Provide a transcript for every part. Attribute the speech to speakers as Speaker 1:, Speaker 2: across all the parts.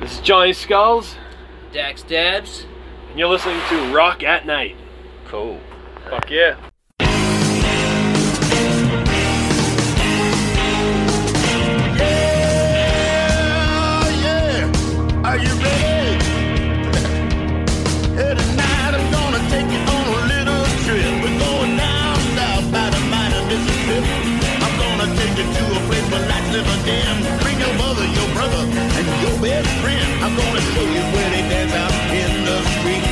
Speaker 1: This is Johnny Skulls,
Speaker 2: Dax Dabs.
Speaker 1: and you're listening to Rock at Night.
Speaker 2: Cool.
Speaker 1: Fuck yeah.
Speaker 3: Yeah, yeah. Are you ready? Hey, tonight I'm gonna take you on a little trip. We're going down south by the mighty Mississippi. I'm gonna take you to a place where life never dim. Bring your mother, your brother, and your best friend. I'm gonna show you where they dance out in the street.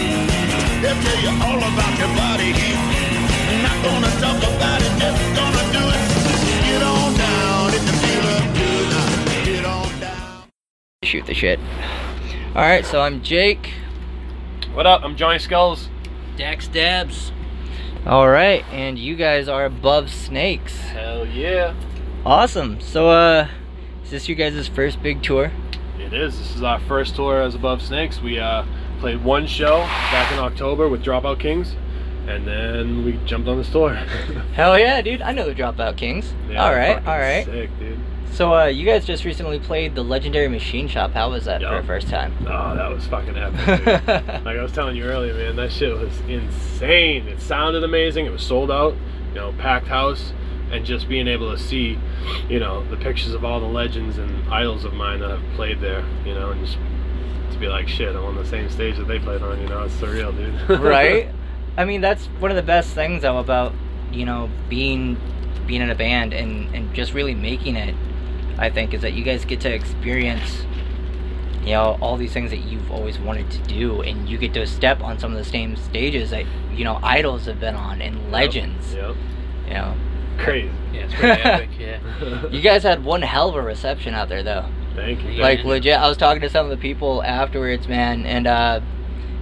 Speaker 3: They'll tell you all about your body heat. Not gonna talk about it, just gonna do it. Get on down if you feel up to it. Now, Get on down.
Speaker 2: Shoot the shit. Alright, so I'm Jake.
Speaker 1: What up? I'm Johnny Skulls.
Speaker 2: Dax Dabs. Alright, and you guys are above snakes.
Speaker 1: Hell yeah.
Speaker 2: Awesome. So, uh, is this you guys' first big tour?
Speaker 1: It is. This is our first tour as Above Snakes. We uh, played one show back in October with Dropout Kings, and then we jumped on this tour.
Speaker 2: Hell yeah, dude. I know the Dropout Kings.
Speaker 1: Yeah,
Speaker 2: alright,
Speaker 1: fucking
Speaker 2: alright.
Speaker 1: Sick, dude.
Speaker 2: So, uh, you guys just recently played the legendary Machine Shop. How was that for
Speaker 1: Yeah.
Speaker 2: a first time?
Speaker 1: Oh, that was fucking epic. Dude. like I was telling you earlier, man, that shit was insane. It sounded amazing. It was sold out, you know, packed house, and just being able to see, you know, the pictures of all the legends and idols of mine that have played there, you know, and just to be like, shit, I'm on the same stage that they played on. You know, it's surreal, dude.
Speaker 2: right? I mean, that's one of the best things though about you know being being in a band and and just really making it. I think is that you guys get to experience you know all these things that you've always wanted to do, and you get to step on some of the same stages that you know idols have been on and legends.
Speaker 1: Yep.
Speaker 2: You know,
Speaker 1: Crazy.
Speaker 4: Yeah, it's pretty epic, yeah.
Speaker 2: you guys had one hell of a reception out there though.
Speaker 1: Thank you.
Speaker 2: Like
Speaker 4: Yeah.
Speaker 2: legit, I was talking to some of the people afterwards, man, and uh,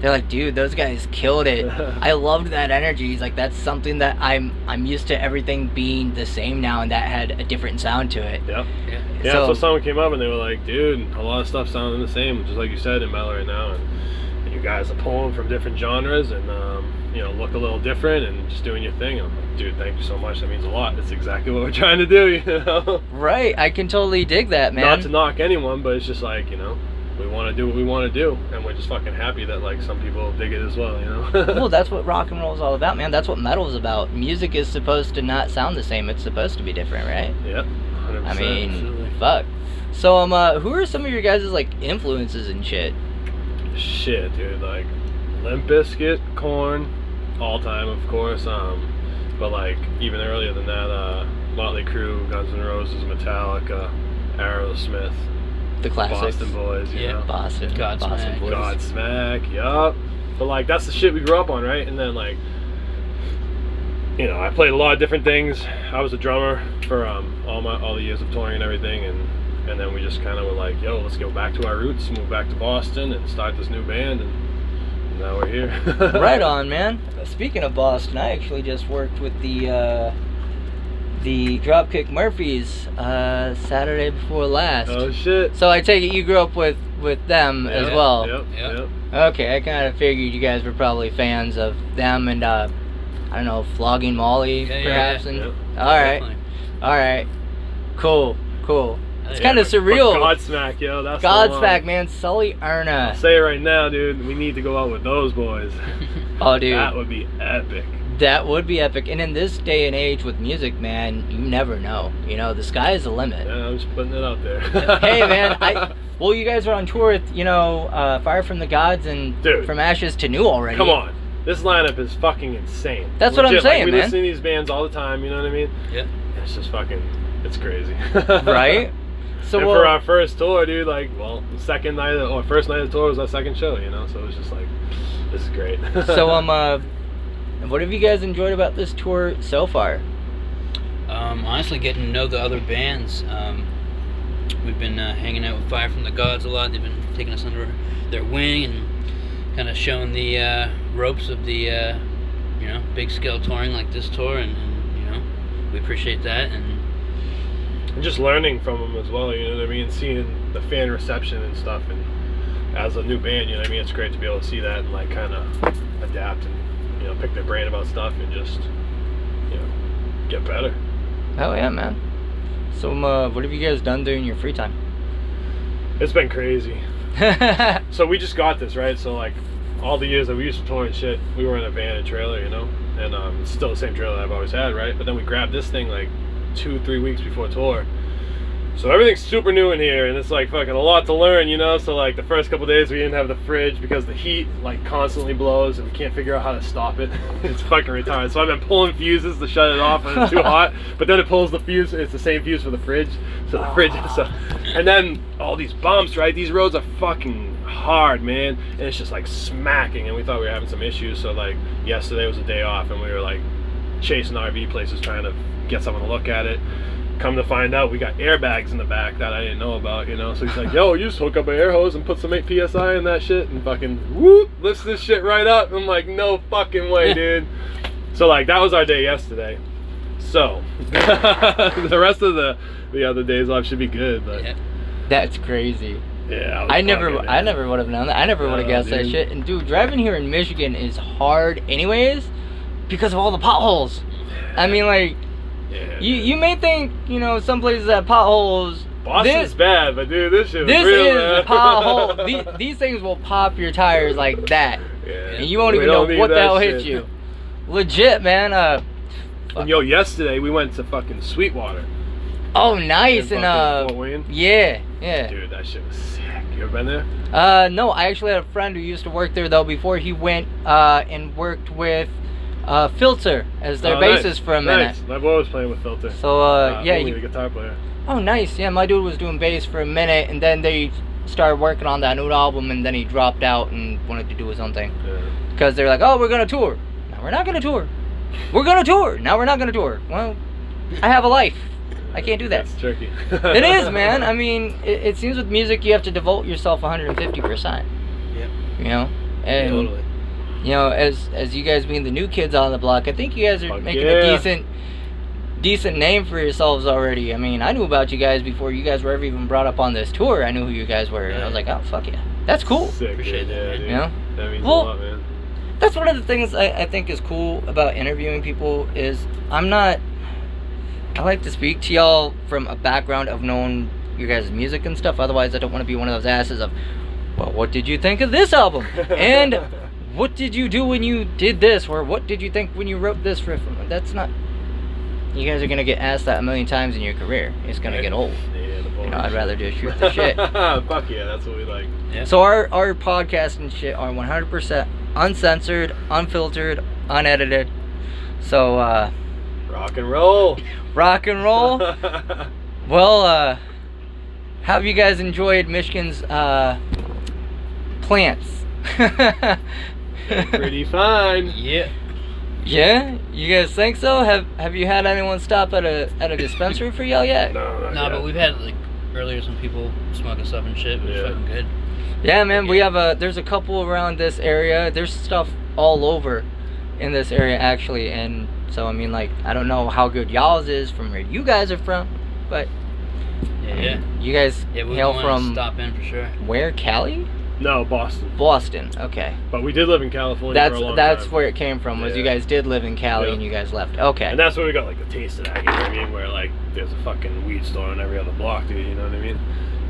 Speaker 2: they're like, "Dude, those guys killed it. I loved that energy. He's like, that's something that I'm I'm used to everything being the same now, and that had a different sound to it.
Speaker 1: Yep.
Speaker 4: Yeah.
Speaker 1: Yeah,
Speaker 2: So-
Speaker 1: so, someone came up and they were like, dude, a lot of stuff sounding the same, just like you said in metal right now. And, and you guys are pulling from different genres and, um, you know, look a little different and just doing your thing. I'm like, dude, thank you so much. That means a lot. That's exactly what we're trying to do, you know?
Speaker 2: Right? I can totally dig that, man.
Speaker 1: Not to knock anyone, but it's just like, you know, we want to do what we want to do. And we're just fucking happy that, like, some people dig it as well, you know?
Speaker 2: well, that's what rock and roll is all about, man. That's what metal is about. Music is supposed to not sound the same. It's supposed to be different, right?
Speaker 1: yep. 100%.
Speaker 2: I mean,
Speaker 4: absolutely.
Speaker 2: fuck. So, um, uh, who are some of your guys' like influences and shit?
Speaker 1: shit, dude. Like, Limp Bizkit, Corn, all time, of course. Um, but like even earlier than that, uh, Motley Crue, Guns N' Roses, Metallica, Aerosmith,
Speaker 2: The classics.
Speaker 1: Boston Boys. You
Speaker 4: Yeah.
Speaker 1: know?
Speaker 2: Boston.
Speaker 4: Godsmack.
Speaker 2: Boston Boys.
Speaker 1: Godsmack, yup. But like that's the shit we grew up on, right? And then like, you know, I played a lot of different things. I was a drummer for um, all my all the years of touring and everything, and and then we just kind of were like, yo, let's go back to our roots, move back to Boston, and start this new band, and now we're here.
Speaker 2: right on, man. Speaking of Boston, I actually just worked with the uh, the Dropkick Murphys uh, Saturday before last.
Speaker 1: Oh shit.
Speaker 2: so I take it you grew up with with them as
Speaker 1: Yep,
Speaker 2: well.
Speaker 1: Yep.
Speaker 4: Yeah.
Speaker 1: Yep.
Speaker 2: Okay, I kind of figured you guys were probably fans of them and uh, I don't know, flogging Molly
Speaker 4: Yeah, yeah,
Speaker 2: perhaps.
Speaker 4: yeah.
Speaker 2: and
Speaker 1: Yep.
Speaker 2: all right, all right, cool, cool. It's
Speaker 4: Yeah,
Speaker 2: kind of
Speaker 1: but
Speaker 2: surreal.
Speaker 1: Godsmack, yo, that's the
Speaker 2: Godsmack,
Speaker 1: one.
Speaker 2: man, Sully Erna.
Speaker 1: I'll say it right now, dude. We need to go out with those boys.
Speaker 2: Oh, dude.
Speaker 1: That would be epic.
Speaker 2: That would be epic. And in this day and age with music, man, you never know. You know, the sky is the
Speaker 1: Yeah,
Speaker 2: limit.
Speaker 1: I'm just putting it out there.
Speaker 2: hey, man, I. Well, you guys were on tour with, you know, uh, Fire from the Gods and
Speaker 1: Dude.
Speaker 2: From Ashes to New already.
Speaker 1: Come on. This lineup is fucking insane.
Speaker 2: That's what I'm
Speaker 1: Legit, like,
Speaker 2: saying,
Speaker 1: we
Speaker 2: man.
Speaker 1: listen to these bands all the time, you know what I mean?
Speaker 4: Yeah.
Speaker 1: It's just fucking, it's crazy.
Speaker 2: Right? So,
Speaker 1: and
Speaker 2: well,
Speaker 1: for our first tour, dude, like, well, the second night of, or first night of the tour was our second show, you know? So it was just like, this is great.
Speaker 2: so, um, uh, what have you guys enjoyed about this tour so far?
Speaker 4: Um, honestly, getting to know the other bands. Um, we've been uh, hanging out with Fire from the Gods a lot. They've been taking us under their wing and kind of showing the uh, ropes of the, uh, you know, big scale touring like this tour, and, and you know, we appreciate that. And
Speaker 1: and just learning from them as well. You know what I mean? Seeing the fan reception and stuff, and as a new band, you know what I mean? It's great to be able to see that and like kind of adapt and you know pick their brain about stuff and just you know get better.
Speaker 2: Oh, yeah, man. So, um, uh, what have you guys done during your free time?
Speaker 1: It's been crazy. So we just got this, right? So like all the years that we used to tour and shit, we were in a van and trailer, you know? And um, it's still the same trailer I've always had, right? But then we grabbed this thing like two, three weeks before tour. So everything's super new in here and it's like fucking a lot to learn, you know? So like the first couple days we didn't have the fridge because the heat like constantly blows and we can't figure out how to stop it. it's fucking retarded. So I've been pulling fuses to shut it off when it's too hot, but then it pulls the fuse, it's the same fuse for the fridge. So the fridge so and then all these bumps, right? These roads are fucking hard, man. And it's just like smacking and we thought we were having some issues. So like yesterday was a day off and we were like chasing RV places trying to get someone to look at it. Come to find out, we got airbags in the back that I didn't know about, you know. So he's like, "Yo, you just hook up an air hose and put some 8 psi in that shit, and fucking whoop, lifts this shit right up." I'm like, "No fucking way, dude." So like, that was our day yesterday. So the rest of the the other days off should be good, but yeah,
Speaker 4: Yeah.
Speaker 2: That's crazy.
Speaker 1: was
Speaker 2: I never,
Speaker 1: fucking-
Speaker 2: I never would have known that. I never would have
Speaker 1: Oh,
Speaker 2: guessed that
Speaker 1: dude.
Speaker 2: shit. And dude, driving here in Michigan is hard, anyways, because of all the potholes. I mean, like
Speaker 1: Yeah,
Speaker 2: you,
Speaker 1: man.
Speaker 2: you may think you know some places that potholes.
Speaker 1: Boston's
Speaker 2: this,
Speaker 1: bad, but dude, this shit
Speaker 2: this
Speaker 1: was real,
Speaker 2: is
Speaker 1: man.
Speaker 2: a pothole. these, these things will pop your tires like that,
Speaker 1: Yeah.
Speaker 2: and you won't
Speaker 1: We
Speaker 2: even know
Speaker 1: don't need
Speaker 2: what the
Speaker 1: that
Speaker 2: hell hit
Speaker 1: shit.
Speaker 2: you. Legit, man. Uh,
Speaker 1: And yo, yesterday we went to fucking Sweetwater.
Speaker 2: oh, nice
Speaker 1: In fucking
Speaker 2: and uh,
Speaker 1: Fort Wayne?
Speaker 2: yeah, yeah.
Speaker 1: Dude, that shit was sick. You ever been there?
Speaker 2: Uh, no, I actually had a friend who used to work there though before he went uh, and worked with uh, Filter as their
Speaker 1: Oh, nice,
Speaker 2: bassist for a minute.
Speaker 1: Nice. My boy was playing with Filter.
Speaker 2: So uh, yeah,
Speaker 1: Hooli,
Speaker 2: he-
Speaker 1: the guitar player.
Speaker 2: oh nice, yeah, my dude was doing bass for a minute and then they started working on that new album and then he dropped out and wanted to do his own thing
Speaker 1: Yeah.
Speaker 2: because they're like, oh, we're gonna tour. Now we're not gonna tour. We're gonna tour. Now we're not gonna tour. Well, I have a life. I can't do that.
Speaker 1: It's tricky.
Speaker 2: It is, man. I mean, it, it seems with music you have to devote yourself 150 percent.
Speaker 4: Yep.
Speaker 2: You know, and
Speaker 4: Totally.
Speaker 2: you know, as as you guys being the new kids on the block, I think you guys are
Speaker 1: Fuck
Speaker 2: making a
Speaker 1: yeah.
Speaker 2: decent decent name for yourselves already. I mean, I knew about you guys before you guys were ever even brought up on this tour. I knew who you guys were, and I was like, oh fuck yeah, that's cool.
Speaker 1: Sick,
Speaker 4: Appreciate
Speaker 1: dude.
Speaker 4: that,
Speaker 1: Yeah, dude.
Speaker 4: man.
Speaker 2: You know,
Speaker 1: That means
Speaker 2: Well-
Speaker 1: a lot, man.
Speaker 2: that's one of the things I, I think is cool about interviewing people is I'm not. I like to speak to y'all from a background of knowing your guys' music and stuff. Otherwise, I don't want to be one of those asses of, well, what did you think of this album? And what did you do when you did this? Or what did you think when you wrote this riff? That's not. You guys are gonna get asked that a million times in your career. It's gonna
Speaker 1: Right.
Speaker 2: get old.
Speaker 1: Yeah, the
Speaker 2: You
Speaker 1: boys.
Speaker 2: know, I'd rather just shoot the shit.
Speaker 1: Fuck yeah, that's what we like.
Speaker 4: Yeah.
Speaker 2: So our our podcast and shit are 100% uncensored, unfiltered, unedited. So uh
Speaker 1: Rock and roll.
Speaker 2: rock and roll. well, uh how have you guys enjoyed Michigan's uh plants?
Speaker 1: Pretty fine.
Speaker 4: Yeah.
Speaker 2: yeah? You guys think so? Have have you had anyone stop at a at a dispensary for y'all yet?
Speaker 1: No, not
Speaker 4: No,
Speaker 1: yet.
Speaker 4: but we've had like earlier some people smoking stuff and shit. It was
Speaker 1: Yeah.
Speaker 4: fucking good.
Speaker 2: Yeah, man, we have a there's a couple around this area. There's stuff all over in this area actually, and so I mean like I don't know how good y'all's is from where you guys are from, but I
Speaker 4: Yeah.
Speaker 2: mean,
Speaker 4: Yeah.
Speaker 2: you guys
Speaker 4: Yeah, we
Speaker 2: hail
Speaker 4: want to
Speaker 2: from
Speaker 4: stop in for sure.
Speaker 2: where Cali,
Speaker 1: no, Boston.
Speaker 2: Boston. Okay,
Speaker 1: But we did live in California
Speaker 2: that's
Speaker 1: for a long
Speaker 2: that's
Speaker 1: time.
Speaker 2: where it came from. Was you
Speaker 1: Yeah.
Speaker 2: guys did live in Cali
Speaker 1: Yeah.
Speaker 2: and you guys left? Okay,
Speaker 1: And that's where we got like the taste of that. You know what I mean? Where like there's a fucking weed store on every other block, dude. You know what I mean?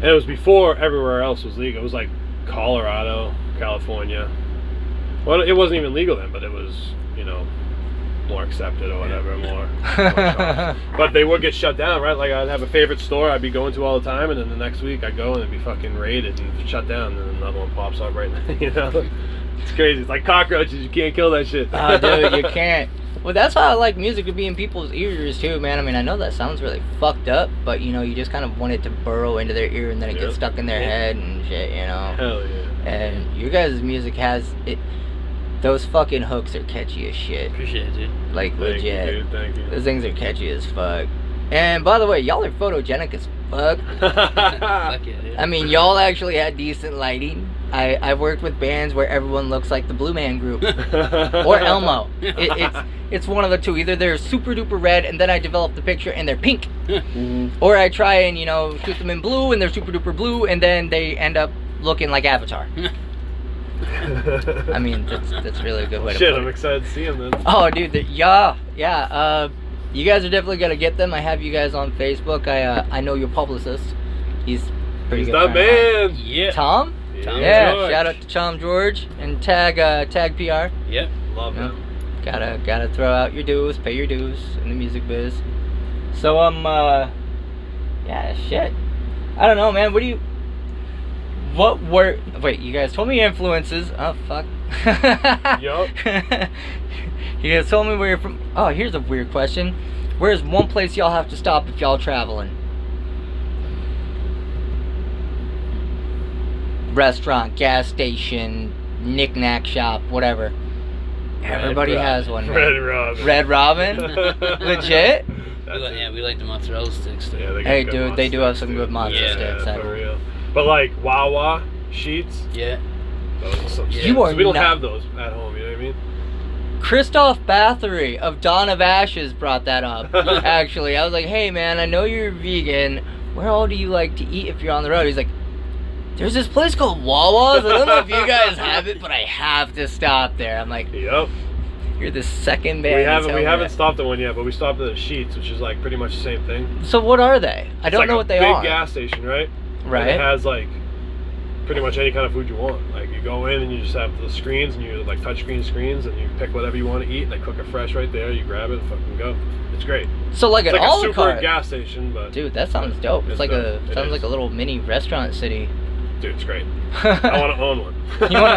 Speaker 1: And it was before everywhere else was legal. It was like Colorado, California. Well, it wasn't even legal then, but it was you know more accepted or whatever, more. more shops. but they would get shut down, right? Like I'd have a favorite store I'd be going to all the time, and then the next week I go and it'd be fucking raided and shut down, and then another one pops up right now. You know, it's crazy. It's like cockroaches. You can't kill that shit.
Speaker 2: oh, dude, you can't. Well, that's why I like music to be in people's ears too, man. I mean, I know that sounds really fucked up, but you know, you just kind of want it to burrow into their ear and then it
Speaker 1: Yeah.
Speaker 2: gets stuck in their head and shit, you know.
Speaker 1: Hell yeah.
Speaker 2: And your guys' music has it. Those fucking hooks are catchy as shit.
Speaker 4: Appreciate it, dude.
Speaker 2: Like
Speaker 1: Thank you,
Speaker 2: legit,
Speaker 1: dude. Thank you.
Speaker 2: those things are catchy as fuck. And by the way, y'all are photogenic as fuck.
Speaker 4: Fuck yeah, dude.
Speaker 2: I mean, y'all actually had decent lighting. I I've worked with bands where everyone looks like the Blue Man Group. or Elmo. It, it's it's one of the two. Either they're super duper red, and then I develop the picture, and they're pink, or I try and you know shoot them in blue, and they're super duper blue, and then they end up looking like Avatar. I mean, that's that's really a good way to
Speaker 1: shit,
Speaker 2: put
Speaker 1: I'm
Speaker 2: it.
Speaker 1: excited to see him then.
Speaker 2: Oh, dude, the, yeah, yeah. Uh, you guys are definitely gonna get them. I have you guys on Facebook. I uh, I know your publicist. He's pretty
Speaker 1: He's
Speaker 2: good.
Speaker 1: that
Speaker 2: friend of mine.
Speaker 1: man.
Speaker 4: yeah.
Speaker 2: Tom.
Speaker 4: Tom
Speaker 2: yeah,
Speaker 1: George.
Speaker 2: shout out to Tom George and tag uh, tag PR.
Speaker 4: Yep.
Speaker 1: Love
Speaker 2: Yeah.
Speaker 1: them.
Speaker 2: Gotta gotta throw out your dues, pay your dues in the music biz. So um, uh, yeah, shit. I don't know, man. What do you? What were? Wait, you guys told me your influences. Oh fuck.
Speaker 1: Yup.
Speaker 2: you guys told me where you're from. Oh, here's a weird question. Where's one place y'all have to stop if y'all traveling? Restaurant, gas station, knickknack shop, whatever.
Speaker 1: Red
Speaker 2: Everybody
Speaker 1: Robin.
Speaker 2: has one. man.
Speaker 1: Red Robin.
Speaker 2: Red Robin? Legit?
Speaker 4: We like, yeah, we like the mozzarella sticks. Too.
Speaker 1: Yeah, they got
Speaker 2: Hey,
Speaker 1: good
Speaker 2: dude, they do
Speaker 1: monster
Speaker 2: have some
Speaker 1: sticks,
Speaker 2: good
Speaker 1: dude.
Speaker 2: monster
Speaker 1: yeah,
Speaker 2: sticks, I
Speaker 1: for
Speaker 2: will.
Speaker 1: real. But like Wawa sheets,
Speaker 4: Yeah.
Speaker 1: those are some.
Speaker 4: You
Speaker 1: shit.
Speaker 2: are
Speaker 1: So we don't
Speaker 2: not-
Speaker 1: have those at home. You know what I mean?
Speaker 2: Christoph Bathory of Dawn of Ashes brought that up. actually, I was like, "Hey, man, I know you're vegan. Where all do you like to eat if you're on the road?" He's like, "There's this place called Wawa's. I don't know if you guys have it, but I have to stop there." I'm like,
Speaker 1: Yep.
Speaker 2: "You're the second man."
Speaker 1: We
Speaker 2: to
Speaker 1: haven't
Speaker 2: tell
Speaker 1: we
Speaker 2: me
Speaker 1: haven't
Speaker 2: that."
Speaker 1: stopped at one yet, but we stopped at the sheets, which is like pretty much the same thing.
Speaker 2: So what are they? I
Speaker 1: It's
Speaker 2: don't
Speaker 1: like
Speaker 2: know
Speaker 1: a
Speaker 2: what they
Speaker 1: big
Speaker 2: are.
Speaker 1: gas station, right? And it
Speaker 2: right?
Speaker 1: has like pretty much any kind of food you want. Like you go in and you just have the screens and you like touch screen screens and you pick whatever you want to eat. They cook it fresh right there. You grab it and fucking go. It's great.
Speaker 2: So like
Speaker 1: It's
Speaker 2: an
Speaker 1: like a
Speaker 2: all
Speaker 1: super
Speaker 2: carte.
Speaker 1: gas station, but dude,
Speaker 2: Dude, that sounds dope. It's,
Speaker 1: It's
Speaker 2: like
Speaker 1: dope.
Speaker 2: a
Speaker 1: It
Speaker 2: sounds
Speaker 1: is.
Speaker 2: like a little mini restaurant city.
Speaker 1: it's great. I want to own one.
Speaker 2: You wanna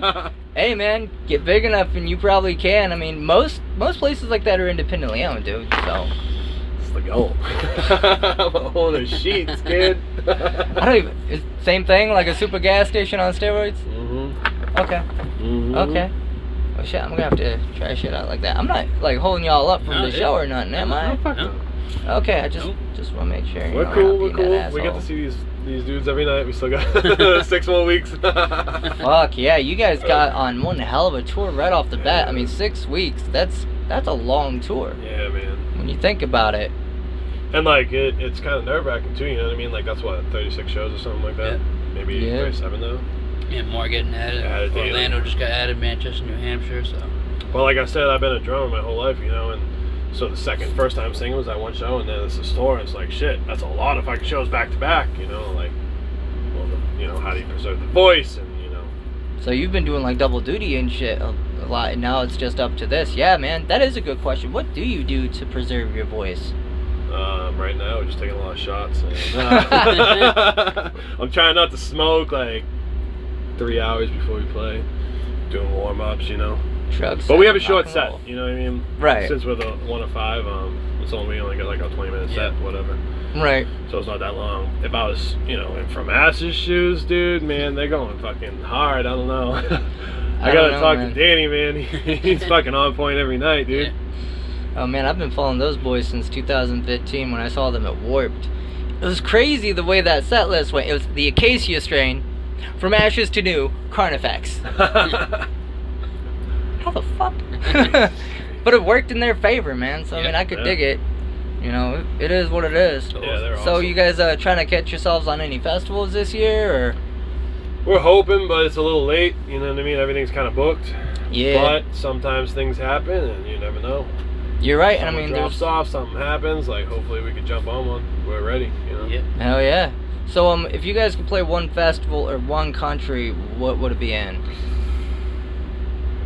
Speaker 2: one? Hey man, get big enough and you probably can. I mean, most most places like that are independently owned, dude. So
Speaker 1: That's the goal. I'm a owner of oh. sheets, kid.
Speaker 2: I don't even. It's same thing, like a super gas station on steroids.
Speaker 1: Mm-hmm.
Speaker 2: Okay, okay. Well, shit, I'm gonna have to try shit out like that. I'm not like holding y'all up from
Speaker 4: No,
Speaker 2: the
Speaker 4: dude.
Speaker 2: show or nothing, am I?
Speaker 1: fuck
Speaker 4: No.
Speaker 2: Okay, I just
Speaker 4: Nope.
Speaker 2: just want to make sure. you know,
Speaker 1: We're
Speaker 2: I'm
Speaker 1: cool.
Speaker 2: not
Speaker 1: We're
Speaker 2: being that
Speaker 1: cool. We get to
Speaker 2: asshole.
Speaker 1: see these these dudes every night. We still got six more weeks.
Speaker 2: Fuck yeah, you guys got on one hell of a tour right off the bat. I mean, six weeks. That's that's a long tour
Speaker 1: Yeah, man.
Speaker 2: when you think about it.
Speaker 1: And like it, it's kind of nerve wracking too. You know what I mean? Like that's what 36 shows or something like that. Maybe
Speaker 2: Yeah.
Speaker 1: 37 though.
Speaker 4: Yeah, more getting added.
Speaker 1: Added daily.
Speaker 4: Orlando just got added. Manchester, New Hampshire. So.
Speaker 1: Well, like I said, I've been a drummer my whole life, you know, and so the second first time singing was that one show, and then it's the store. It's like shit. That's a lot of fucking shows back to back, you know. Like, well, the, you know, how do you preserve the voice and you know.
Speaker 2: So you've been doing like double duty and shit a, a lot, and now it's just up to this. Yeah, man, that is a good question. What do you do to preserve your voice?
Speaker 1: Um, right now, we're just taking a lot of shots. And, uh, I'm trying not to smoke like three hours before we play, doing warm ups, you know.
Speaker 2: Drugs.
Speaker 1: But we have a
Speaker 2: sex,
Speaker 1: short
Speaker 2: rock and
Speaker 1: set,
Speaker 2: roll.
Speaker 1: you know what I mean?
Speaker 2: Right.
Speaker 1: Since we're the one of five, um, it's only we only got like a 20 minute
Speaker 4: Yeah.
Speaker 1: set, whatever.
Speaker 2: Right.
Speaker 1: So it's not that long. If I was, you know, in from Ash's shoes, dude, man, they're going fucking hard. I don't know. I, gotta
Speaker 2: I don't know,
Speaker 1: talk to
Speaker 2: man.
Speaker 1: Danny, man. He's fucking on point every night, dude.
Speaker 2: Oh man, I've been following those boys since 2015 when I saw them at Warped. It was crazy the way that set list went. It was the Acacia strain, from ashes to new, Carnifex. How the fuck? but it worked in their favor, man. So I mean,
Speaker 4: Yeah,
Speaker 2: I could
Speaker 1: yeah.
Speaker 2: dig it. You know, it is what it is.
Speaker 1: Yeah, they're
Speaker 2: So
Speaker 1: awesome.
Speaker 2: you guys uh, trying to catch yourselves on any festivals this year, or
Speaker 1: We're hoping, but it's a little late. You know what I mean? Everything's kind of booked.
Speaker 2: yeah,
Speaker 1: But sometimes things happen, and you never know.
Speaker 2: you're right. And I
Speaker 1: Someone
Speaker 2: mean,
Speaker 1: drops
Speaker 2: there's
Speaker 1: off, something happens. Like hopefully we could jump on one. We're ready. You know.
Speaker 4: Yep.
Speaker 2: hell yeah. So um, if you guys could play one festival or one country, what would it be in?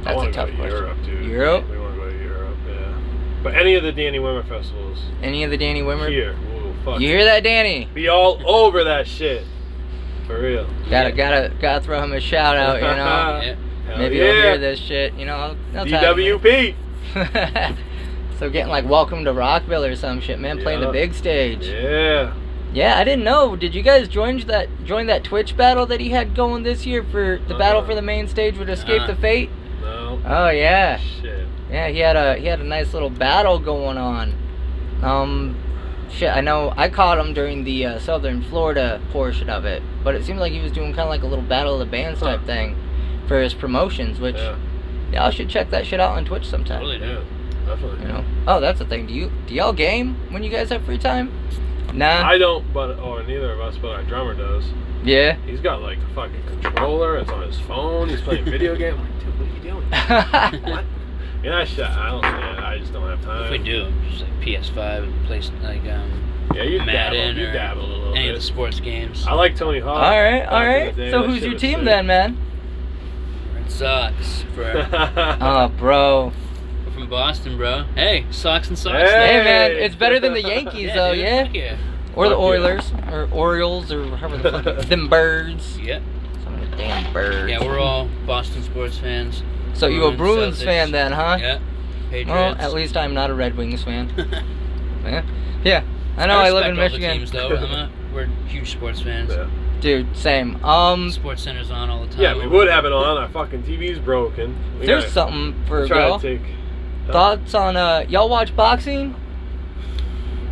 Speaker 1: I
Speaker 2: That's
Speaker 1: wanna
Speaker 2: a
Speaker 1: go
Speaker 2: tough
Speaker 1: to
Speaker 2: question.
Speaker 1: Europe, dude.
Speaker 2: Europe?
Speaker 1: We want to go to Europe, yeah. But any of the Danny Wimmer festivals
Speaker 2: Any of the Danny Wimmer?
Speaker 1: here, ooh, fuck,
Speaker 2: You hear that, Danny?
Speaker 1: be all over that shit, for real.
Speaker 2: Gotta
Speaker 4: Yeah.
Speaker 2: gotta gotta throw him a shout out. You know,
Speaker 1: Uh,
Speaker 4: yeah.
Speaker 1: Hell
Speaker 2: maybe
Speaker 1: yeah.
Speaker 2: he'll hear this shit. You know, I'll, I'll tag him.
Speaker 1: DWP.
Speaker 2: so getting like welcome to Rockville or some shit, man, playing the
Speaker 1: Yeah.
Speaker 2: big stage. Yeah.
Speaker 1: Yeah.
Speaker 2: I didn't know. Did you guys join that join that Twitch battle that he had going this year for the battle
Speaker 1: Uh-uh.
Speaker 2: for the main stage with Escape
Speaker 4: Uh-uh.
Speaker 1: Uh-huh.
Speaker 2: the Fate?
Speaker 1: No.
Speaker 2: Oh yeah.
Speaker 1: Shit.
Speaker 2: Yeah, he had a he had a nice little battle going on. Um shit, I know I caught him during the uh, southern Florida portion of it, but it seemed like he was doing kind of like a little battle of the bands
Speaker 1: Huh.
Speaker 2: type thing for his promotions, which
Speaker 1: Yeah.
Speaker 2: y'all should check that shit out on Twitch sometime.
Speaker 4: Totally do.
Speaker 1: Yeah. Definitely.
Speaker 2: You know. Oh, that's the thing. Do you do y'all game when you guys have free time? Nah.
Speaker 1: I don't, but or neither of us, but our drummer does.
Speaker 2: yeah.
Speaker 1: He's got like a fucking controller. It's on his phone. He's playing video game. I'm like, dude, what are you doing? What? Yeah, I, sh- I don't. Yeah, I just don't have
Speaker 4: If
Speaker 1: time.
Speaker 4: we do, just like PS5 and place like um,
Speaker 1: Yeah, you
Speaker 4: Madden,
Speaker 1: dabble, you
Speaker 4: or
Speaker 1: dabble a little
Speaker 4: any of the
Speaker 1: bit.
Speaker 4: sports games.
Speaker 1: I like Tony Hawk.
Speaker 2: All right, all
Speaker 1: back in
Speaker 2: right.
Speaker 1: the day.
Speaker 2: So
Speaker 1: That
Speaker 2: who's
Speaker 1: shit
Speaker 2: your
Speaker 1: was
Speaker 2: team
Speaker 1: sick.
Speaker 2: then, man?
Speaker 4: Red Sox for
Speaker 2: Oh, bro.
Speaker 4: we're from Boston, bro. Hey, Sox and Sox.
Speaker 1: Hey.
Speaker 2: Hey, man, it's better than the Yankees,
Speaker 4: Yeah,
Speaker 2: though,
Speaker 4: dude,
Speaker 2: yeah?
Speaker 4: fuck yeah.
Speaker 2: Or the
Speaker 1: Fuck yeah.
Speaker 2: Oilers, or Orioles, or however the fuck. you- them birds.
Speaker 4: Yeah.
Speaker 2: Some of the damn birds.
Speaker 4: Yeah, we're all Boston sports fans.
Speaker 2: So you a
Speaker 4: Bruins,
Speaker 2: Bruins
Speaker 4: Celtics.
Speaker 2: fan then, huh?
Speaker 4: Yeah. Patriots.
Speaker 2: Well, at least I'm not a Red Wings fan.
Speaker 4: I
Speaker 2: Yeah, yeah. I know. I, live in
Speaker 4: respect all the
Speaker 2: Michigan,
Speaker 4: teams, though. I'm a- we're huge sports fans.
Speaker 1: Yeah.
Speaker 2: dude. Same. Um,
Speaker 4: Sports Center's on all the time.
Speaker 1: yeah, we would have it on. Our fucking TV's broken. We
Speaker 2: Oh. there's
Speaker 1: gotta
Speaker 2: something for a
Speaker 1: try
Speaker 2: girl.
Speaker 1: to take.
Speaker 2: Thoughts on uh, y'all watch boxing?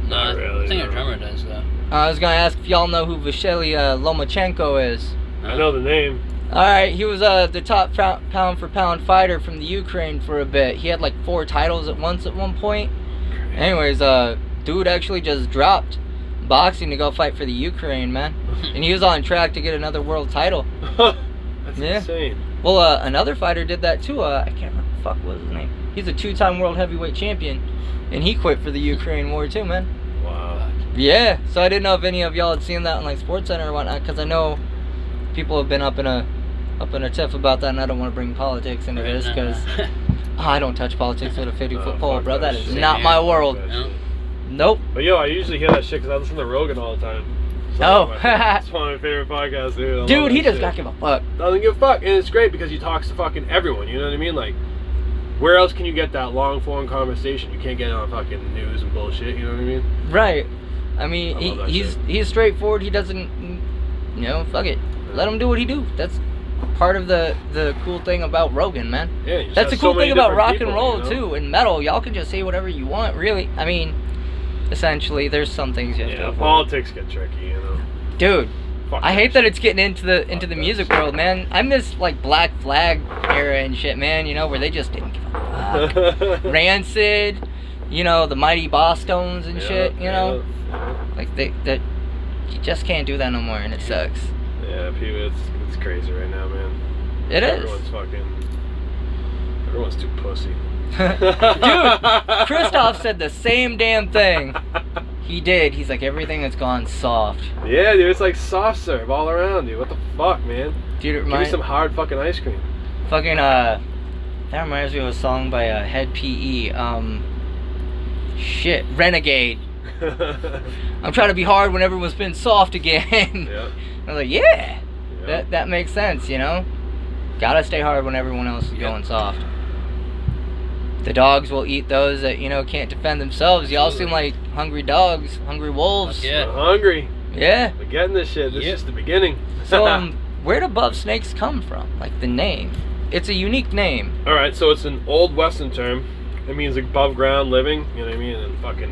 Speaker 4: No,
Speaker 1: Not really,
Speaker 4: I think our
Speaker 1: no.
Speaker 4: drummer does, though.
Speaker 2: Uh, I was gonna ask if y'all know who Vasily uh, Lomachenko is.
Speaker 1: I know the name.
Speaker 2: All right, he was uh, the top fou- pound for pound fighter from the Ukraine for a bit. He had like four titles at once at one point. Anyways, uh, dude actually just dropped boxing to go fight for the Ukraine, man. And he was on track to get another world title.
Speaker 1: That's
Speaker 2: Yeah.
Speaker 1: insane.
Speaker 2: Well, uh, another fighter did that too. Uh, I can't remember the fuck what was his name. He's a two-time world heavyweight champion, and he quit for the Ukraine war too, man.
Speaker 1: Wow.
Speaker 2: Yeah. So I didn't know if any of y'all had seen that on like Sports Center or whatnot, because I know people have been up in a up in a tiff about that, and I don't want to bring politics into this
Speaker 4: Right,
Speaker 2: because
Speaker 4: nah, nah.
Speaker 2: I don't touch politics with a 50
Speaker 1: Oh,
Speaker 2: foot pole,
Speaker 1: fuck
Speaker 2: bro.
Speaker 1: that
Speaker 2: That is
Speaker 1: shit.
Speaker 2: not
Speaker 4: Yeah,
Speaker 2: my
Speaker 4: fuck
Speaker 2: world.
Speaker 1: That
Speaker 4: No.
Speaker 1: shit.
Speaker 2: Nope.
Speaker 1: But yo, I usually hear that shit because I listen to Rogan all the time. It's
Speaker 2: Oh.
Speaker 1: one of my- it's one of my favorite podcasts, dude. I love
Speaker 2: Dude, he
Speaker 1: that
Speaker 2: does
Speaker 1: shit.
Speaker 2: not give a fuck.
Speaker 1: doesn't give a fuck, and it's great because he talks to fucking everyone. You know what I mean? Like, where else can you get that long form conversation? You can't get it on fucking news and bullshit. You know what I mean?
Speaker 2: Right. I mean,
Speaker 1: I
Speaker 2: he,
Speaker 1: love that
Speaker 2: he's
Speaker 1: shit.
Speaker 2: he's straightforward. He doesn't, you know, fuck it. Let him do what he do. That's part of the the cool thing about Rogan, man.
Speaker 1: Yeah. you just
Speaker 2: That's the
Speaker 1: have
Speaker 2: cool
Speaker 1: so many
Speaker 2: thing about
Speaker 1: different
Speaker 2: rock
Speaker 1: people,
Speaker 2: and roll
Speaker 1: you know?
Speaker 2: too, and metal. Y'all can just say whatever you want, really. I mean, essentially, there's some things you have to
Speaker 1: Yeah,
Speaker 2: avoid.
Speaker 1: politics get tricky. You know.
Speaker 2: Dude,
Speaker 1: Fuck
Speaker 2: I hate
Speaker 1: shit.
Speaker 2: that it's getting into the
Speaker 1: Fuck
Speaker 2: into the
Speaker 1: that
Speaker 2: music
Speaker 1: shit.
Speaker 2: world, man. I miss like Black Flag era and shit, man. You know where they just didn't give a fuck. Rancid, you know the Mighty Boss Tones and
Speaker 1: Yeah,
Speaker 2: shit. You
Speaker 1: yeah,
Speaker 2: know, like they that you just can't do that no more, and it sucks.
Speaker 1: Yeah, people, it's it's crazy right now, man.
Speaker 2: It is.
Speaker 1: Everyone's fucking. Everyone's too pussy.
Speaker 2: Dude, Christoph said the same damn thing. He did. He's like everything has gone soft.
Speaker 1: Yeah, dude, it's like soft serve all around, dude. What the fuck, man?
Speaker 2: Dude, it
Speaker 1: Give me
Speaker 2: reminds
Speaker 1: some hard fucking ice cream.
Speaker 2: fucking uh that reminds me of a song by uh, Head PE. Um, shit, Renegade. I'm trying to be hard when everyone's been soft again.
Speaker 1: yeah.
Speaker 2: I was like, yeah,
Speaker 1: yeah.
Speaker 2: that that makes sense, you know. Gotta stay hard when everyone else is
Speaker 4: Yeah.
Speaker 2: going soft. The dogs will eat those that you know can't defend themselves. Y'all seem like hungry dogs, hungry wolves.
Speaker 4: Yeah.
Speaker 1: We're hungry.
Speaker 2: Yeah.
Speaker 1: We're getting this shit. This
Speaker 4: Yeah.
Speaker 1: is just the beginning.
Speaker 2: So um, where do buff snakes come from? Like the name? It's a unique name.
Speaker 1: All right, so it's an old Western term. It means above ground living. You know what I mean? And fucking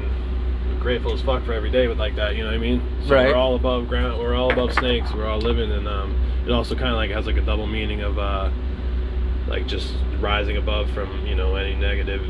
Speaker 1: we're grateful as fuck for every day with like that. You know what I mean? So
Speaker 2: Right.
Speaker 1: We're all above ground. We're all above snakes. We're all living, and um, it also kind of like has like a double meaning of uh, like just rising above from you know any negative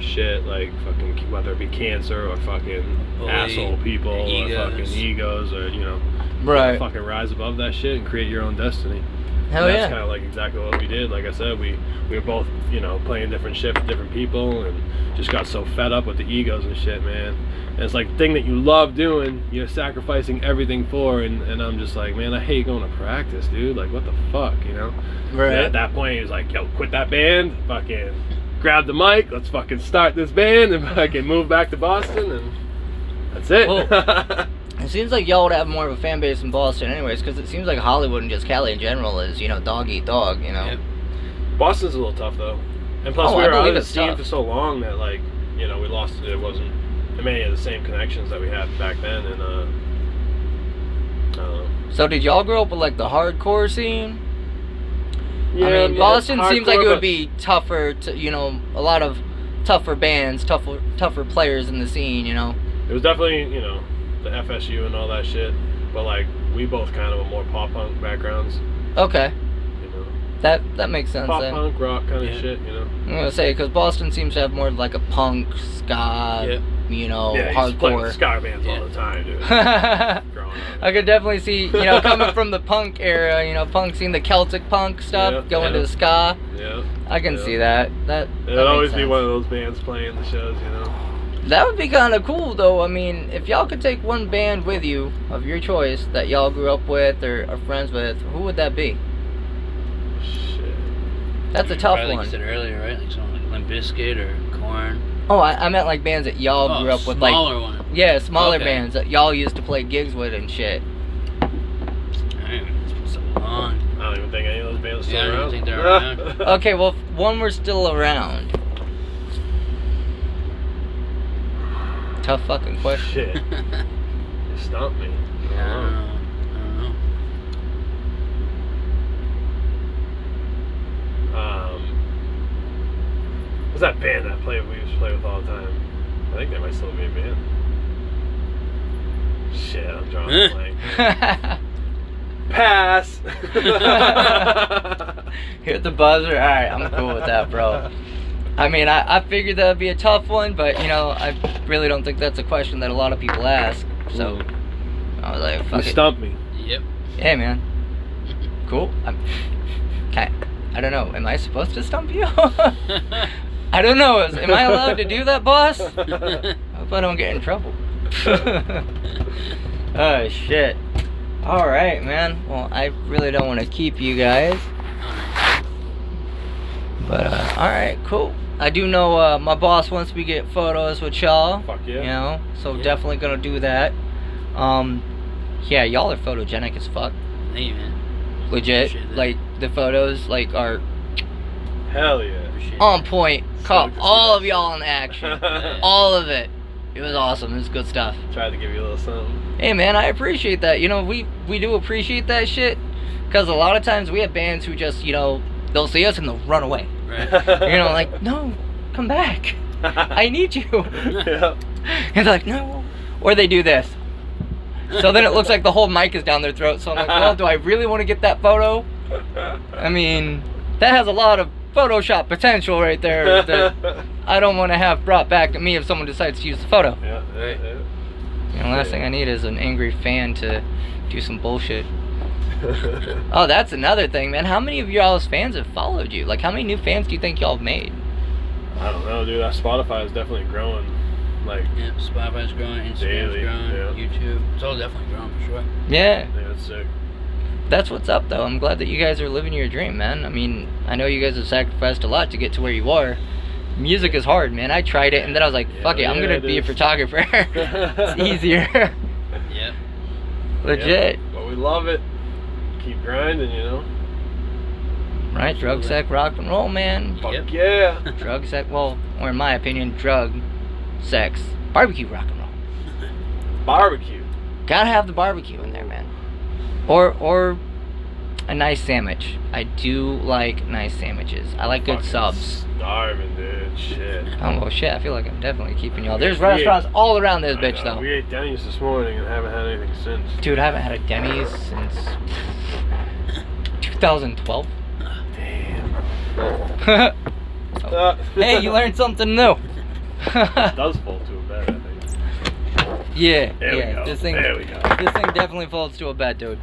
Speaker 1: shit like fucking whether it be cancer or fucking
Speaker 4: Bully,
Speaker 1: asshole people or fucking
Speaker 4: egos.
Speaker 1: egos or you know
Speaker 2: Right.
Speaker 1: fucking rise above that shit and create your own destiny.
Speaker 2: Hell
Speaker 1: And that's
Speaker 2: yeah.
Speaker 1: kind of like exactly what we did. Like I said, we we were both you know playing different shifts, different people, and just got so fed up with the egos and shit, man. And it's like the thing that you love doing, you're sacrificing everything for, and, and I'm just like, man, I hate going to practice, dude. Like, what the fuck, you know? And
Speaker 2: right.
Speaker 1: at that point, he was like, yo, quit that band, fucking grab the mic, let's fucking start this band, and fucking move back to Boston, and that's it.
Speaker 2: Well, It seems like y'all would have more of a fan base in Boston, anyways, because it seems like Hollywood and just Cali in general is, you know, dog eat dog, you know?
Speaker 4: Yep.
Speaker 1: Boston's a little tough though, and plus
Speaker 2: Oh,
Speaker 1: we
Speaker 2: I
Speaker 1: were out
Speaker 2: believe
Speaker 1: of the
Speaker 2: it's
Speaker 1: scene
Speaker 2: tough.
Speaker 1: for so long that like you know we lost it. It wasn't many of the same connections that we had back then, and uh, I don't know.
Speaker 2: So, did y'all grow up with, like, the hardcore scene?
Speaker 1: Yeah,
Speaker 2: I mean,
Speaker 1: yeah,
Speaker 2: Boston seems like
Speaker 1: hardcore,
Speaker 2: it
Speaker 1: but-
Speaker 2: would be tougher to, you know, a lot of tougher bands, tougher, tougher players in the scene, you know?
Speaker 1: It was definitely you know the FSU and all that shit, but like we both kind of were more pop punk backgrounds,
Speaker 2: Okay.
Speaker 1: you know,
Speaker 2: That that makes sense.
Speaker 1: pop
Speaker 2: then.
Speaker 1: punk rock kind of
Speaker 4: Yeah.
Speaker 1: shit, you know.
Speaker 2: I'm going to say, because Boston seems to have more of, like a punk, ska,
Speaker 4: Yep.
Speaker 2: you know,
Speaker 1: yeah, you just played with
Speaker 2: Oh, hardcore.
Speaker 1: ska bands
Speaker 4: Yeah.
Speaker 1: all the time, dude. growing up.
Speaker 2: I could definitely see, you know, coming from the punk era, you know, punk scene, the Celtic punk stuff,
Speaker 1: Yeah,
Speaker 2: going
Speaker 1: yeah.
Speaker 2: to ska.
Speaker 1: Yeah,
Speaker 2: I can
Speaker 1: Yeah.
Speaker 2: see that. That. that
Speaker 1: it'll
Speaker 2: makes
Speaker 1: always be
Speaker 2: sense.
Speaker 1: one of those bands playing the shows, you know.
Speaker 2: That would be kind of cool, though. I mean, if y'all could take one band with you of your choice that y'all grew up with or are friends with, who would that be?
Speaker 1: Shit.
Speaker 2: That's a tough
Speaker 4: Probably Like
Speaker 2: one.
Speaker 4: you said earlier, right? Like someone like Limp Bizkit or Corn.
Speaker 2: Oh, I, I meant like bands that y'all
Speaker 4: oh,
Speaker 2: grew up with, like
Speaker 4: smaller one.
Speaker 2: yeah, smaller
Speaker 4: Okay.
Speaker 2: bands that y'all used to play gigs with and shit.
Speaker 4: Alright, it's been so long.
Speaker 1: I don't even think any of those bands are still
Speaker 4: Yeah, I don't
Speaker 1: around.
Speaker 4: even think they're around.
Speaker 2: Okay, well, if one were still around. Tough fucking question.
Speaker 1: Shit, it stumped me.
Speaker 4: I don't know. I don't know.
Speaker 1: Um, was that band that played we used to play with all the time? I think they might still be a band. Shit, I'm drawing a
Speaker 4: Huh?
Speaker 1: blank. Pass.
Speaker 2: Hit the buzzer. All right, I'm cool with that, bro. I mean, I, I figured that would be a tough one, but you know, I really don't think that's a question that a lot of people ask. So I was like,
Speaker 1: You
Speaker 2: fuck it.
Speaker 1: stumped me.
Speaker 4: Yep.
Speaker 2: Hey, man. Cool. I'm, can I, I don't know. Am I supposed to stump you? I don't know. Is, am I allowed to do that, boss? I hope I don't get in trouble. oh shit. All right, man. Well, I really don't want to keep you guys. But uh, all right, cool. I do know uh, my boss wants me to get photos with y'all.
Speaker 1: Fuck yeah.
Speaker 2: You know, so
Speaker 4: Yeah.
Speaker 2: definitely gonna do that. Um, yeah, y'all are photogenic as fuck.
Speaker 4: Thank you, man.
Speaker 2: Legit.
Speaker 4: Appreciate that.
Speaker 2: Like the photos, like are
Speaker 1: Hell yeah.
Speaker 4: Appreciate
Speaker 2: on point.
Speaker 1: So
Speaker 2: Caught
Speaker 1: good to see
Speaker 2: all
Speaker 1: that
Speaker 2: of
Speaker 1: shit.
Speaker 2: y'all in action.
Speaker 4: Yeah.
Speaker 2: all of it. It was awesome. It was good stuff.
Speaker 1: Tried to give you a little something.
Speaker 2: Hey man, I appreciate that. You know, we we do appreciate that shit. Cause a lot of times we have bands who just, you know, they'll see us and they'll run away.
Speaker 4: it. Right.
Speaker 2: You know, like, no, come back. I need you.
Speaker 1: yeah.
Speaker 2: And they're like, no. Or they do this. So then it looks like the whole mic is down their throat. So I'm like, well, do I really want to get that photo? I mean, that has a lot of Photoshop potential right there that I don't want to have brought back to me if someone decides to use the photo.
Speaker 1: Yeah,
Speaker 4: Right.
Speaker 1: yeah,
Speaker 2: And the last thing I need is an angry fan to do some bullshit.
Speaker 1: yeah.
Speaker 2: Oh, that's another thing, man. How many of y'all's fans have followed you? Like, how many new fans do you think y'all have made?
Speaker 1: I don't know, dude. That Spotify is definitely growing. Like,
Speaker 4: Yep. Spotify's growing, Instagram's
Speaker 1: Daily,
Speaker 4: growing,
Speaker 1: yeah.
Speaker 4: YouTube. It's all definitely growing for sure.
Speaker 2: Yeah,
Speaker 1: yeah, that's sick.
Speaker 2: that's what's up, though. I'm glad that you guys are living your dream, man. I mean, I know you guys have sacrificed a lot to get to where you are. Music is hard, man. I tried it, and then I was like, fuck
Speaker 1: Yeah,
Speaker 2: it,
Speaker 1: yeah,
Speaker 2: I'm gonna
Speaker 1: it
Speaker 2: be
Speaker 1: is.
Speaker 2: a photographer. it's easier.
Speaker 4: Yep.
Speaker 2: Legit.
Speaker 1: Yeah, but we love it. Keep grinding, you know.
Speaker 2: Right? Drug,
Speaker 4: Absolutely.
Speaker 2: sex, rock and roll, man.
Speaker 1: Fuck
Speaker 4: Yep.
Speaker 1: yeah.
Speaker 2: Drug, sex, well, or in my opinion, drug, sex, barbecue, rock and roll.
Speaker 1: Barbecue.
Speaker 2: Gotta have the barbecue in there, man. Or or a nice sandwich. I do like nice sandwiches. I like good
Speaker 1: Fucking
Speaker 2: subs.
Speaker 1: Starving, dude. Shit.
Speaker 2: Oh well, shit. I feel like I'm definitely keeping y'all. There's
Speaker 1: We ate-
Speaker 2: restaurants all around this
Speaker 1: I
Speaker 2: bitch,
Speaker 1: know.
Speaker 2: though.
Speaker 1: We ate Denny's this morning and haven't had anything since.
Speaker 2: Dude, I haven't had a Denny's since 2012.
Speaker 1: Damn.
Speaker 2: Oh.
Speaker 1: Uh,
Speaker 2: hey, you learned something new. yeah,
Speaker 1: does fold to a bed, I think.
Speaker 2: yeah.
Speaker 1: There we go.
Speaker 2: This thing,
Speaker 1: There we go.
Speaker 2: this thing definitely folds to a bed, dude.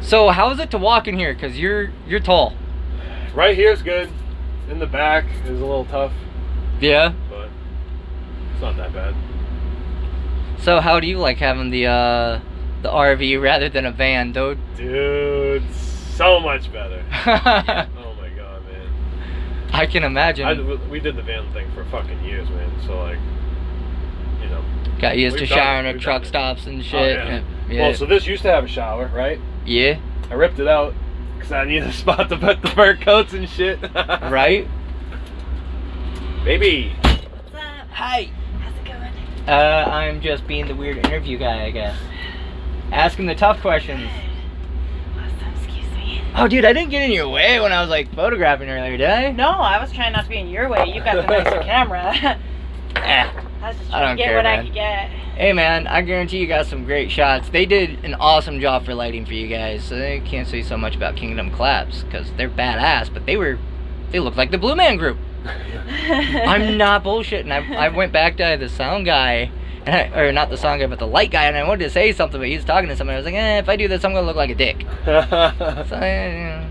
Speaker 2: So how is it to walk in here? Cause you're you're tall.
Speaker 1: right here's good. In the back is a little tough,
Speaker 2: Yeah.
Speaker 1: but it's not that bad.
Speaker 2: So how do you like having the uh the RV rather than a van, dude?
Speaker 1: Dude, so much better.
Speaker 2: I
Speaker 1: Oh my god, man.
Speaker 2: can imagine.
Speaker 1: I, we did the van thing for fucking years, man. So like, you know.
Speaker 2: Got used to
Speaker 1: we've done
Speaker 2: showering
Speaker 1: it,
Speaker 2: at
Speaker 1: we've
Speaker 2: truck
Speaker 1: done it.
Speaker 2: stops and shit.
Speaker 1: Oh, yeah.
Speaker 2: and-
Speaker 1: Well, so this used to have a shower, right?
Speaker 2: yeah.
Speaker 1: I ripped it out because I needed a spot to put the fur coats and shit.
Speaker 2: Yeah. Right.
Speaker 1: Baby.
Speaker 5: What's up?
Speaker 2: Hi.
Speaker 5: How's it going?
Speaker 2: Uh, I'm just being the weird interview guy, I guess. Asking the tough questions.
Speaker 5: Awesome, excuse me.
Speaker 2: Oh, dude, I didn't get in your way when I was like photographing earlier, did I?
Speaker 5: No, I was trying not to be in your way. You got the nicer camera.
Speaker 2: Eh.
Speaker 5: I was just
Speaker 2: I don't
Speaker 5: trying to get
Speaker 2: care,
Speaker 5: what
Speaker 2: man.
Speaker 5: I could get.
Speaker 2: Hey man, I guarantee you got some great shots. They did an awesome job for lighting for you guys, so they can't say so much about Kingdom Collapse because they're badass. But they were, they looked like the Blue Man Group. I'm not bullshitting. I, I went back to the sound guy, and I, or not the sound guy, but the light guy, and I wanted to say something, but he was talking to somebody. I was like, eh, if I do this, I'm gonna look like a dick.
Speaker 1: That's
Speaker 2: So I you know,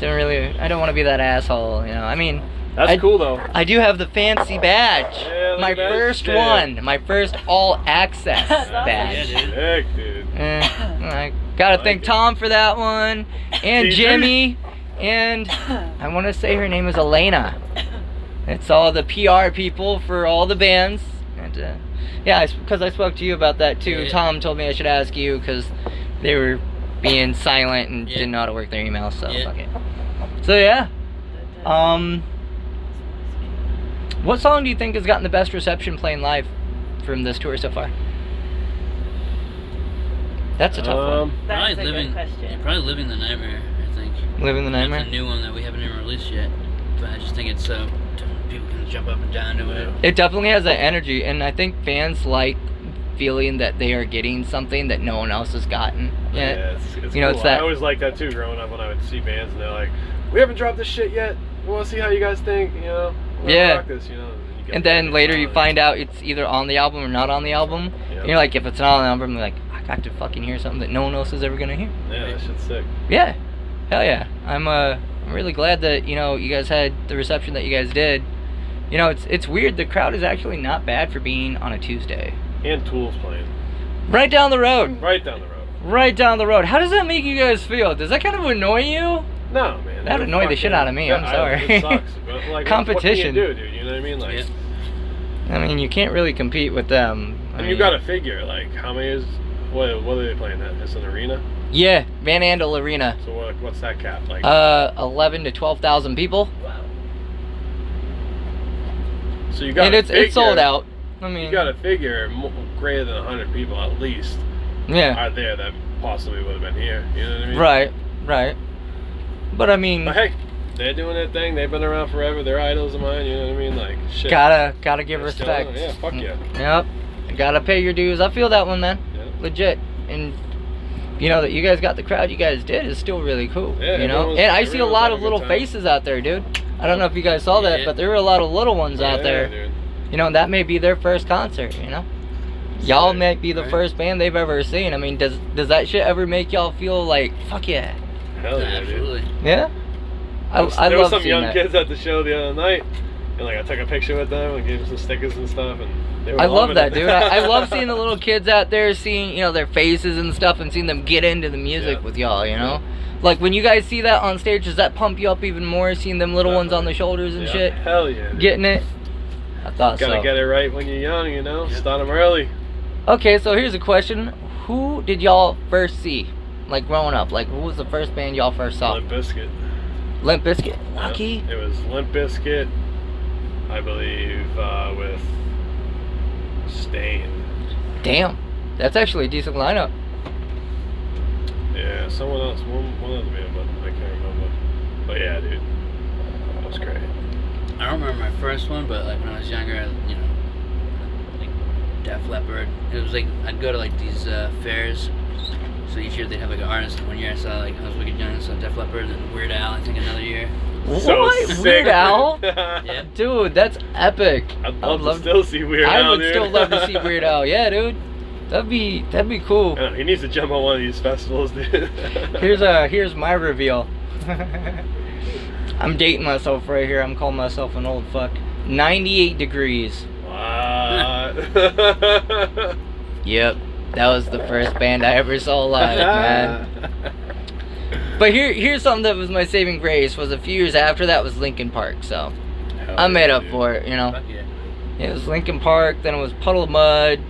Speaker 2: didn't really. I don't want to be that asshole. You know. I mean, I-
Speaker 1: cool though.
Speaker 2: I do have the fancy badge.
Speaker 1: Yeah, look
Speaker 2: my
Speaker 1: at that
Speaker 2: first
Speaker 1: shit.
Speaker 2: one, my first all access
Speaker 5: That's awesome.
Speaker 2: badge.
Speaker 4: Yeah, dude.
Speaker 1: Sick, dude.
Speaker 2: Eh, I gotta
Speaker 1: I
Speaker 2: thank
Speaker 1: like it.
Speaker 2: Tom for that one, and
Speaker 1: Teacher.
Speaker 2: Jimmy, and I want to say her name is Elena. It's all the PR people for all the bands, and uh, yeah, because I, spoke to you about that too.
Speaker 4: Yeah.
Speaker 2: Tom told me I should ask you because they were being silent and
Speaker 4: Yeah.
Speaker 2: didn't know how to work their email, so
Speaker 4: Yeah.
Speaker 2: fuck it. So yeah, um, what song do you think has gotten the best reception playing live from this tour so far? That's a tough
Speaker 1: Um,
Speaker 5: That's a
Speaker 4: probably living,
Speaker 5: good
Speaker 4: yeah,
Speaker 5: question.
Speaker 4: probably living the nightmare. I think.
Speaker 2: one. Living the
Speaker 4: That's a
Speaker 2: nightmare.
Speaker 4: new one that we haven't even released yet. But I just think it's so people can jump up and down to it.
Speaker 2: It definitely has that energy, and I think fans like feeling that they are getting something that no one else has gotten.
Speaker 1: Yeah,
Speaker 2: Yeah.
Speaker 1: it's, it's
Speaker 2: You know,
Speaker 1: cool.
Speaker 2: it's that-
Speaker 1: I always liked that too growing up when I would see bands and they're like, we haven't dropped this shit yet. We'll see how you guys think, you know? We'll
Speaker 2: Yeah.
Speaker 1: rock this, you know? you get
Speaker 2: And
Speaker 1: the
Speaker 2: then
Speaker 1: band
Speaker 2: later you
Speaker 1: on.
Speaker 2: find out it's either on the album or not on the album.
Speaker 1: Yeah.
Speaker 2: And you're like, if it's not on the album, you're like, I got to fucking hear something that no one else is ever gonna hear.
Speaker 1: Yeah, that shit's sick.
Speaker 2: Yeah, hell yeah. I'm uh, I'm really glad that you know you guys had the reception that you guys did. You know, it's it's weird. The crowd is actually not bad for being on a Tuesday.
Speaker 1: And Tool's playing.
Speaker 2: Right down the road.
Speaker 1: Right down the road.
Speaker 2: Right down the road. How does that make you guys feel? Does that kind of annoy you?
Speaker 1: No, man.
Speaker 2: That
Speaker 1: they're
Speaker 2: annoyed the shit out of me, I'm
Speaker 1: I-
Speaker 2: sorry.
Speaker 1: It sucks. But like,
Speaker 2: Competition.
Speaker 1: What can you do, dude? You know what I mean? Like,
Speaker 4: Yeah.
Speaker 2: I mean, you can't really compete with them. I
Speaker 1: and you
Speaker 2: mean-
Speaker 1: got to figure, like, how many is. What, what are they playing at? It's an arena?
Speaker 2: Yeah, Van Andel Arena.
Speaker 1: So what, what's that cap? Like,
Speaker 2: Uh, eleven to twelve thousand people,
Speaker 1: so you got
Speaker 2: and it's it's sold out. I mean,
Speaker 1: You got to figure mo greater than 100 people at least
Speaker 2: yeah,
Speaker 1: are there that possibly would have been here. You know what I mean?
Speaker 2: right, right. But I mean,
Speaker 1: But hey, they're doing their thing. They've been around forever. They're idols of mine. You know what I mean? Like, shit.
Speaker 2: gotta gotta give
Speaker 1: They're still on.
Speaker 2: respect.
Speaker 1: Yeah, fuck yeah.
Speaker 2: Yep. Gotta pay your dues. I feel that one, man.
Speaker 1: Yeah.
Speaker 2: Legit. And you know that you guys got the crowd you guys did is still really cool.
Speaker 1: Yeah,
Speaker 2: you know,
Speaker 1: everyone's-
Speaker 2: and I see a
Speaker 1: everyone's
Speaker 2: lot
Speaker 1: having a
Speaker 2: of
Speaker 1: good
Speaker 2: little
Speaker 1: time.
Speaker 2: faces out there, dude. I don't know if you guys saw that,
Speaker 4: Yeah.
Speaker 2: but there were a lot of little ones out
Speaker 1: Yeah,
Speaker 2: there.
Speaker 1: dude.
Speaker 2: You know, and that may be their first concert. You know, y'all
Speaker 1: Sick,
Speaker 2: might be the
Speaker 4: right?
Speaker 2: first band they've ever seen. I mean, does does that shit ever make y'all feel like fuck yeah?
Speaker 1: Hell Oh, yeah, dude.
Speaker 4: Absolutely.
Speaker 2: Yeah. I,
Speaker 1: There was-
Speaker 2: I
Speaker 1: there
Speaker 2: love
Speaker 1: was some
Speaker 2: seeing
Speaker 1: young
Speaker 2: that.
Speaker 1: kids at the show the other night, and like I took a picture with them and gave them some stickers and stuff, and they were
Speaker 2: I love
Speaker 1: loving
Speaker 2: that,
Speaker 1: it.
Speaker 2: dude. I, I love seeing the little kids out there, seeing you know their faces and stuff, and seeing them get into the music
Speaker 1: Yeah.
Speaker 2: with y'all. You know, like when you guys see that on stage, does that pump you up even more? Seeing them little ones on the shoulders and
Speaker 1: Yeah.
Speaker 2: shit,
Speaker 1: Hell yeah. dude.
Speaker 2: getting it. I thought
Speaker 1: Gotta
Speaker 2: so.
Speaker 1: get it right when you're young, you know.
Speaker 4: Yeah.
Speaker 1: Start 'em early.
Speaker 2: Okay, so here's a question: Who did y'all first see? Like growing up, like who was the first band y'all first saw?
Speaker 1: Limp Biscuit.
Speaker 2: Limp Bizkit. Lucky.
Speaker 1: It was Limp Biscuit, I believe, uh, with Stain.
Speaker 2: Damn, that's actually a decent lineup.
Speaker 1: Yeah, someone else, one, one other man, but I can't remember. But yeah, dude, that was great.
Speaker 4: I don't remember my first one, but like when I was younger, I, you know, like Def Leppard. It was like I'd go to like these uh, fairs. So each year they'd have like an artist. One year I saw like I was Wicked Young, so Def Leppard, then Weird Al. I think another year.
Speaker 1: So
Speaker 2: what?
Speaker 1: sick,
Speaker 2: Weird
Speaker 1: dude.
Speaker 2: Al?
Speaker 4: Yeah.
Speaker 2: Dude, that's epic.
Speaker 1: I'd
Speaker 2: I
Speaker 1: love
Speaker 2: would
Speaker 1: to
Speaker 2: love-
Speaker 1: still see Weird Al.
Speaker 2: I would
Speaker 1: dude.
Speaker 2: still love to see Weird Al. Yeah, dude. That'd be that'd be cool.
Speaker 1: I don't know, he needs to jump on one of these festivals, dude.
Speaker 2: Here's a here's my reveal. I'm dating myself right here. I'm calling myself an old fuck. 98 degrees.
Speaker 1: What?
Speaker 2: Yep. That was the first band I ever saw live, man. But here here's something that was my saving grace was a few years after that was Linkin Park, so
Speaker 1: Hell
Speaker 2: I made
Speaker 1: yeah,
Speaker 2: up
Speaker 1: dude.
Speaker 2: for it, you know.
Speaker 4: Oh, Fuck yeah.
Speaker 2: It was Linkin Park, then it was Puddle of Mud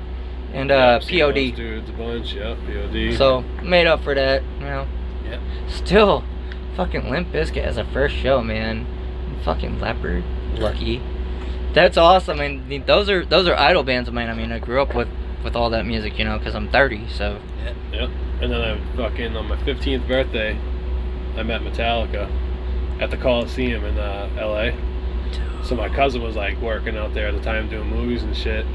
Speaker 2: and
Speaker 1: Yeah,
Speaker 2: uh
Speaker 1: I've seen those
Speaker 2: POD.
Speaker 1: Dudes, a bunch, yeah, POD.
Speaker 2: So made up for that, you know.
Speaker 4: Yep.
Speaker 2: Still, fucking Limp Bizkit as a first show, man. Fucking Leopard, Lucky. That's awesome. And th- those are those are idol bands of mine. I mean, I grew up with with all that music, you know, because I'm 30. So
Speaker 1: And then I fucking on my 15th birthday, I met Metallica at the Coliseum in uh, L.A. So my cousin was like working out there at the time doing movies and shit.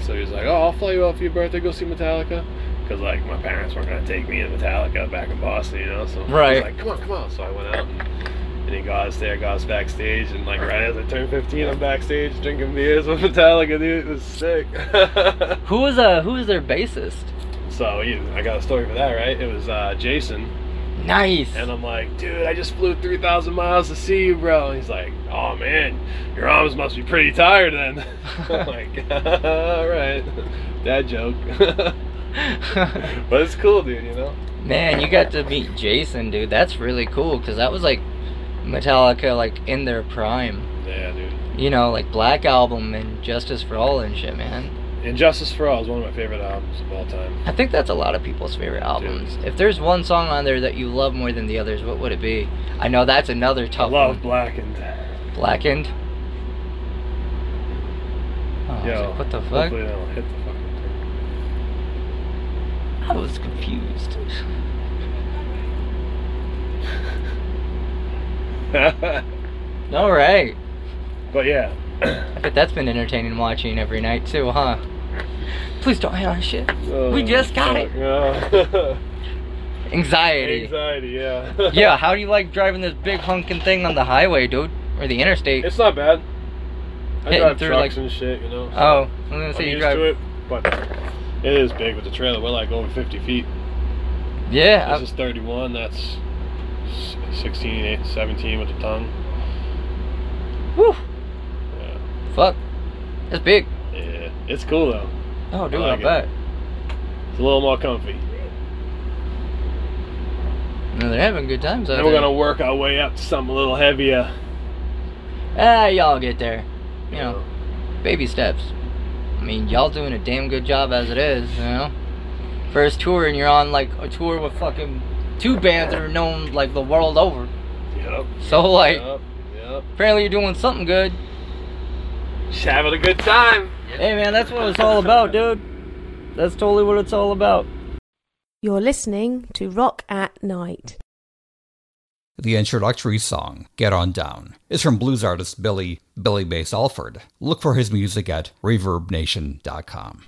Speaker 1: So he was like, "Oh, I'll fly you out for your birthday. Go see Metallica." Because like my parents weren't gonna take me to Metallica back in Boston, you know. So he was
Speaker 2: Right.
Speaker 1: like, "Come on, come on." So I went out and, and he got us there, got us backstage, and like right as I turned 15, I'm backstage drinking beers with Metallica, dude. It was sick.
Speaker 2: who was uh who was their bassist?
Speaker 1: So yeah, I got a story for that, right? It was uh, Jason
Speaker 2: Nice.
Speaker 1: And I'm like, dude, I just flew 3,000 miles to see you, bro. And he's like, oh man, your arms must be pretty tired then. I'm like, all right, dad joke. but it's cool, dude, you know?
Speaker 2: Man, you got to meet Jason, dude. That's really cool because that was like Metallica, like in their prime.
Speaker 1: Yeah, dude.
Speaker 2: You know, like Black Album and Justice for All and shit, man.
Speaker 1: And Justice for All is one of my favorite albums of all time.
Speaker 2: I think that's a lot of people's favorite albums. If there's one song on there that you love more than the others, what would it be? I know that's another
Speaker 1: I
Speaker 2: tough
Speaker 1: love
Speaker 2: one.
Speaker 1: Blackened.
Speaker 2: Blackened. Oh, I was
Speaker 1: Yo,
Speaker 2: like, what the fuck?
Speaker 1: Hopefully they don't hit the fucking thing.
Speaker 2: I was confused.
Speaker 1: but
Speaker 2: All right.
Speaker 1: yeah,
Speaker 2: I bet that's been entertaining watching every night too, huh? Please don't hit on shit. we just got it.
Speaker 1: it.
Speaker 2: Anxiety.
Speaker 1: Anxiety, yeah.
Speaker 2: yeah, how do you like driving this big hunkin' thing on the highway, dude? Or the interstate?
Speaker 1: It's not bad. I
Speaker 2: Hitting
Speaker 1: drive
Speaker 2: through,
Speaker 1: trucks
Speaker 2: like-
Speaker 1: and shit, you know. so
Speaker 2: oh, I'm gonna
Speaker 1: I'm
Speaker 2: say you
Speaker 1: used
Speaker 2: drive.
Speaker 1: to it, but it is big with the trailer. We're like over 50 feet.
Speaker 2: Yeah, I-
Speaker 1: This is 31. That's s- 16, eight- 17 with the tongue.
Speaker 2: whew,
Speaker 1: Yeah,
Speaker 2: uh, fuck. That's big.
Speaker 1: yeah. It's cool though.
Speaker 2: Oh, dude,
Speaker 1: like
Speaker 2: I
Speaker 1: it.
Speaker 2: bet.
Speaker 1: It's a little more comfy.
Speaker 2: No, they're having good times out
Speaker 1: And we're
Speaker 2: there.
Speaker 1: gonna work our way up to something a little heavier.
Speaker 2: Ah, y'all get there. You
Speaker 1: you
Speaker 2: know, baby steps. I mean, y'all doing a damn good job as it is, you know? First tour and you're on like a tour with fucking two bands that are known like the world over.
Speaker 1: Yep.
Speaker 2: So like,
Speaker 1: Yep. Yep.
Speaker 2: apparently you're doing something good.
Speaker 1: Just having a good time.
Speaker 2: Hey man, that's what it's all about, dude. That's totally what it's all about.
Speaker 6: You're listening to Rock at Night.
Speaker 7: The introductory song, Get On Down, is from blues artist Billy, Billy Bass Alford. Look for his music at reverbnation.com.